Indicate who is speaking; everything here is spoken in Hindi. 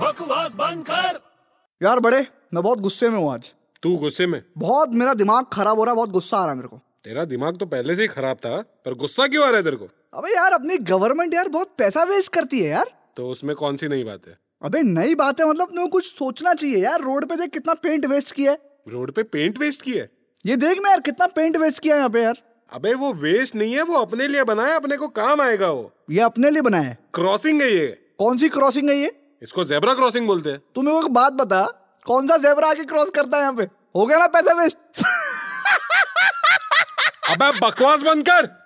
Speaker 1: बकवास बंद कर
Speaker 2: यार बड़े मैं बहुत गुस्से में हूँ आज
Speaker 3: तू गुस्से में
Speaker 2: बहुत मेरा दिमाग खराब हो रहा है बहुत गुस्सा आ रहा है मेरे को
Speaker 3: तेरा दिमाग तो पहले से ही खराब था पर गुस्सा क्यों आ रहा है तेरे को
Speaker 2: अबे यार अपनी गवर्नमेंट यार बहुत पैसा वेस्ट करती है यार
Speaker 3: तो उसमें कौन सी नई बात है
Speaker 2: अबे नई बात है मतलब अपने को कुछ सोचना चाहिए यार रोड पे देख कितना पेंट वेस्ट किया है
Speaker 3: रोड पे पेंट वेस्ट किया है
Speaker 2: ये देख ना यार कितना पेंट वेस्ट किया है यहाँ पे यार
Speaker 3: अबे वो वेस्ट नहीं है वो अपने लिए बनाया अपने को काम आएगा वो
Speaker 2: ये अपने लिए बनाया है
Speaker 3: क्रॉसिंग है ये
Speaker 2: कौन सी क्रॉसिंग है ये
Speaker 3: इसको जेबरा क्रॉसिंग बोलते हैं
Speaker 2: तू मेरे को एक बात बता कौन सा जेबरा आके क्रॉस करता है यहाँ पे हो गया ना पैसा वेस्ट
Speaker 3: अबे बकवास बंद कर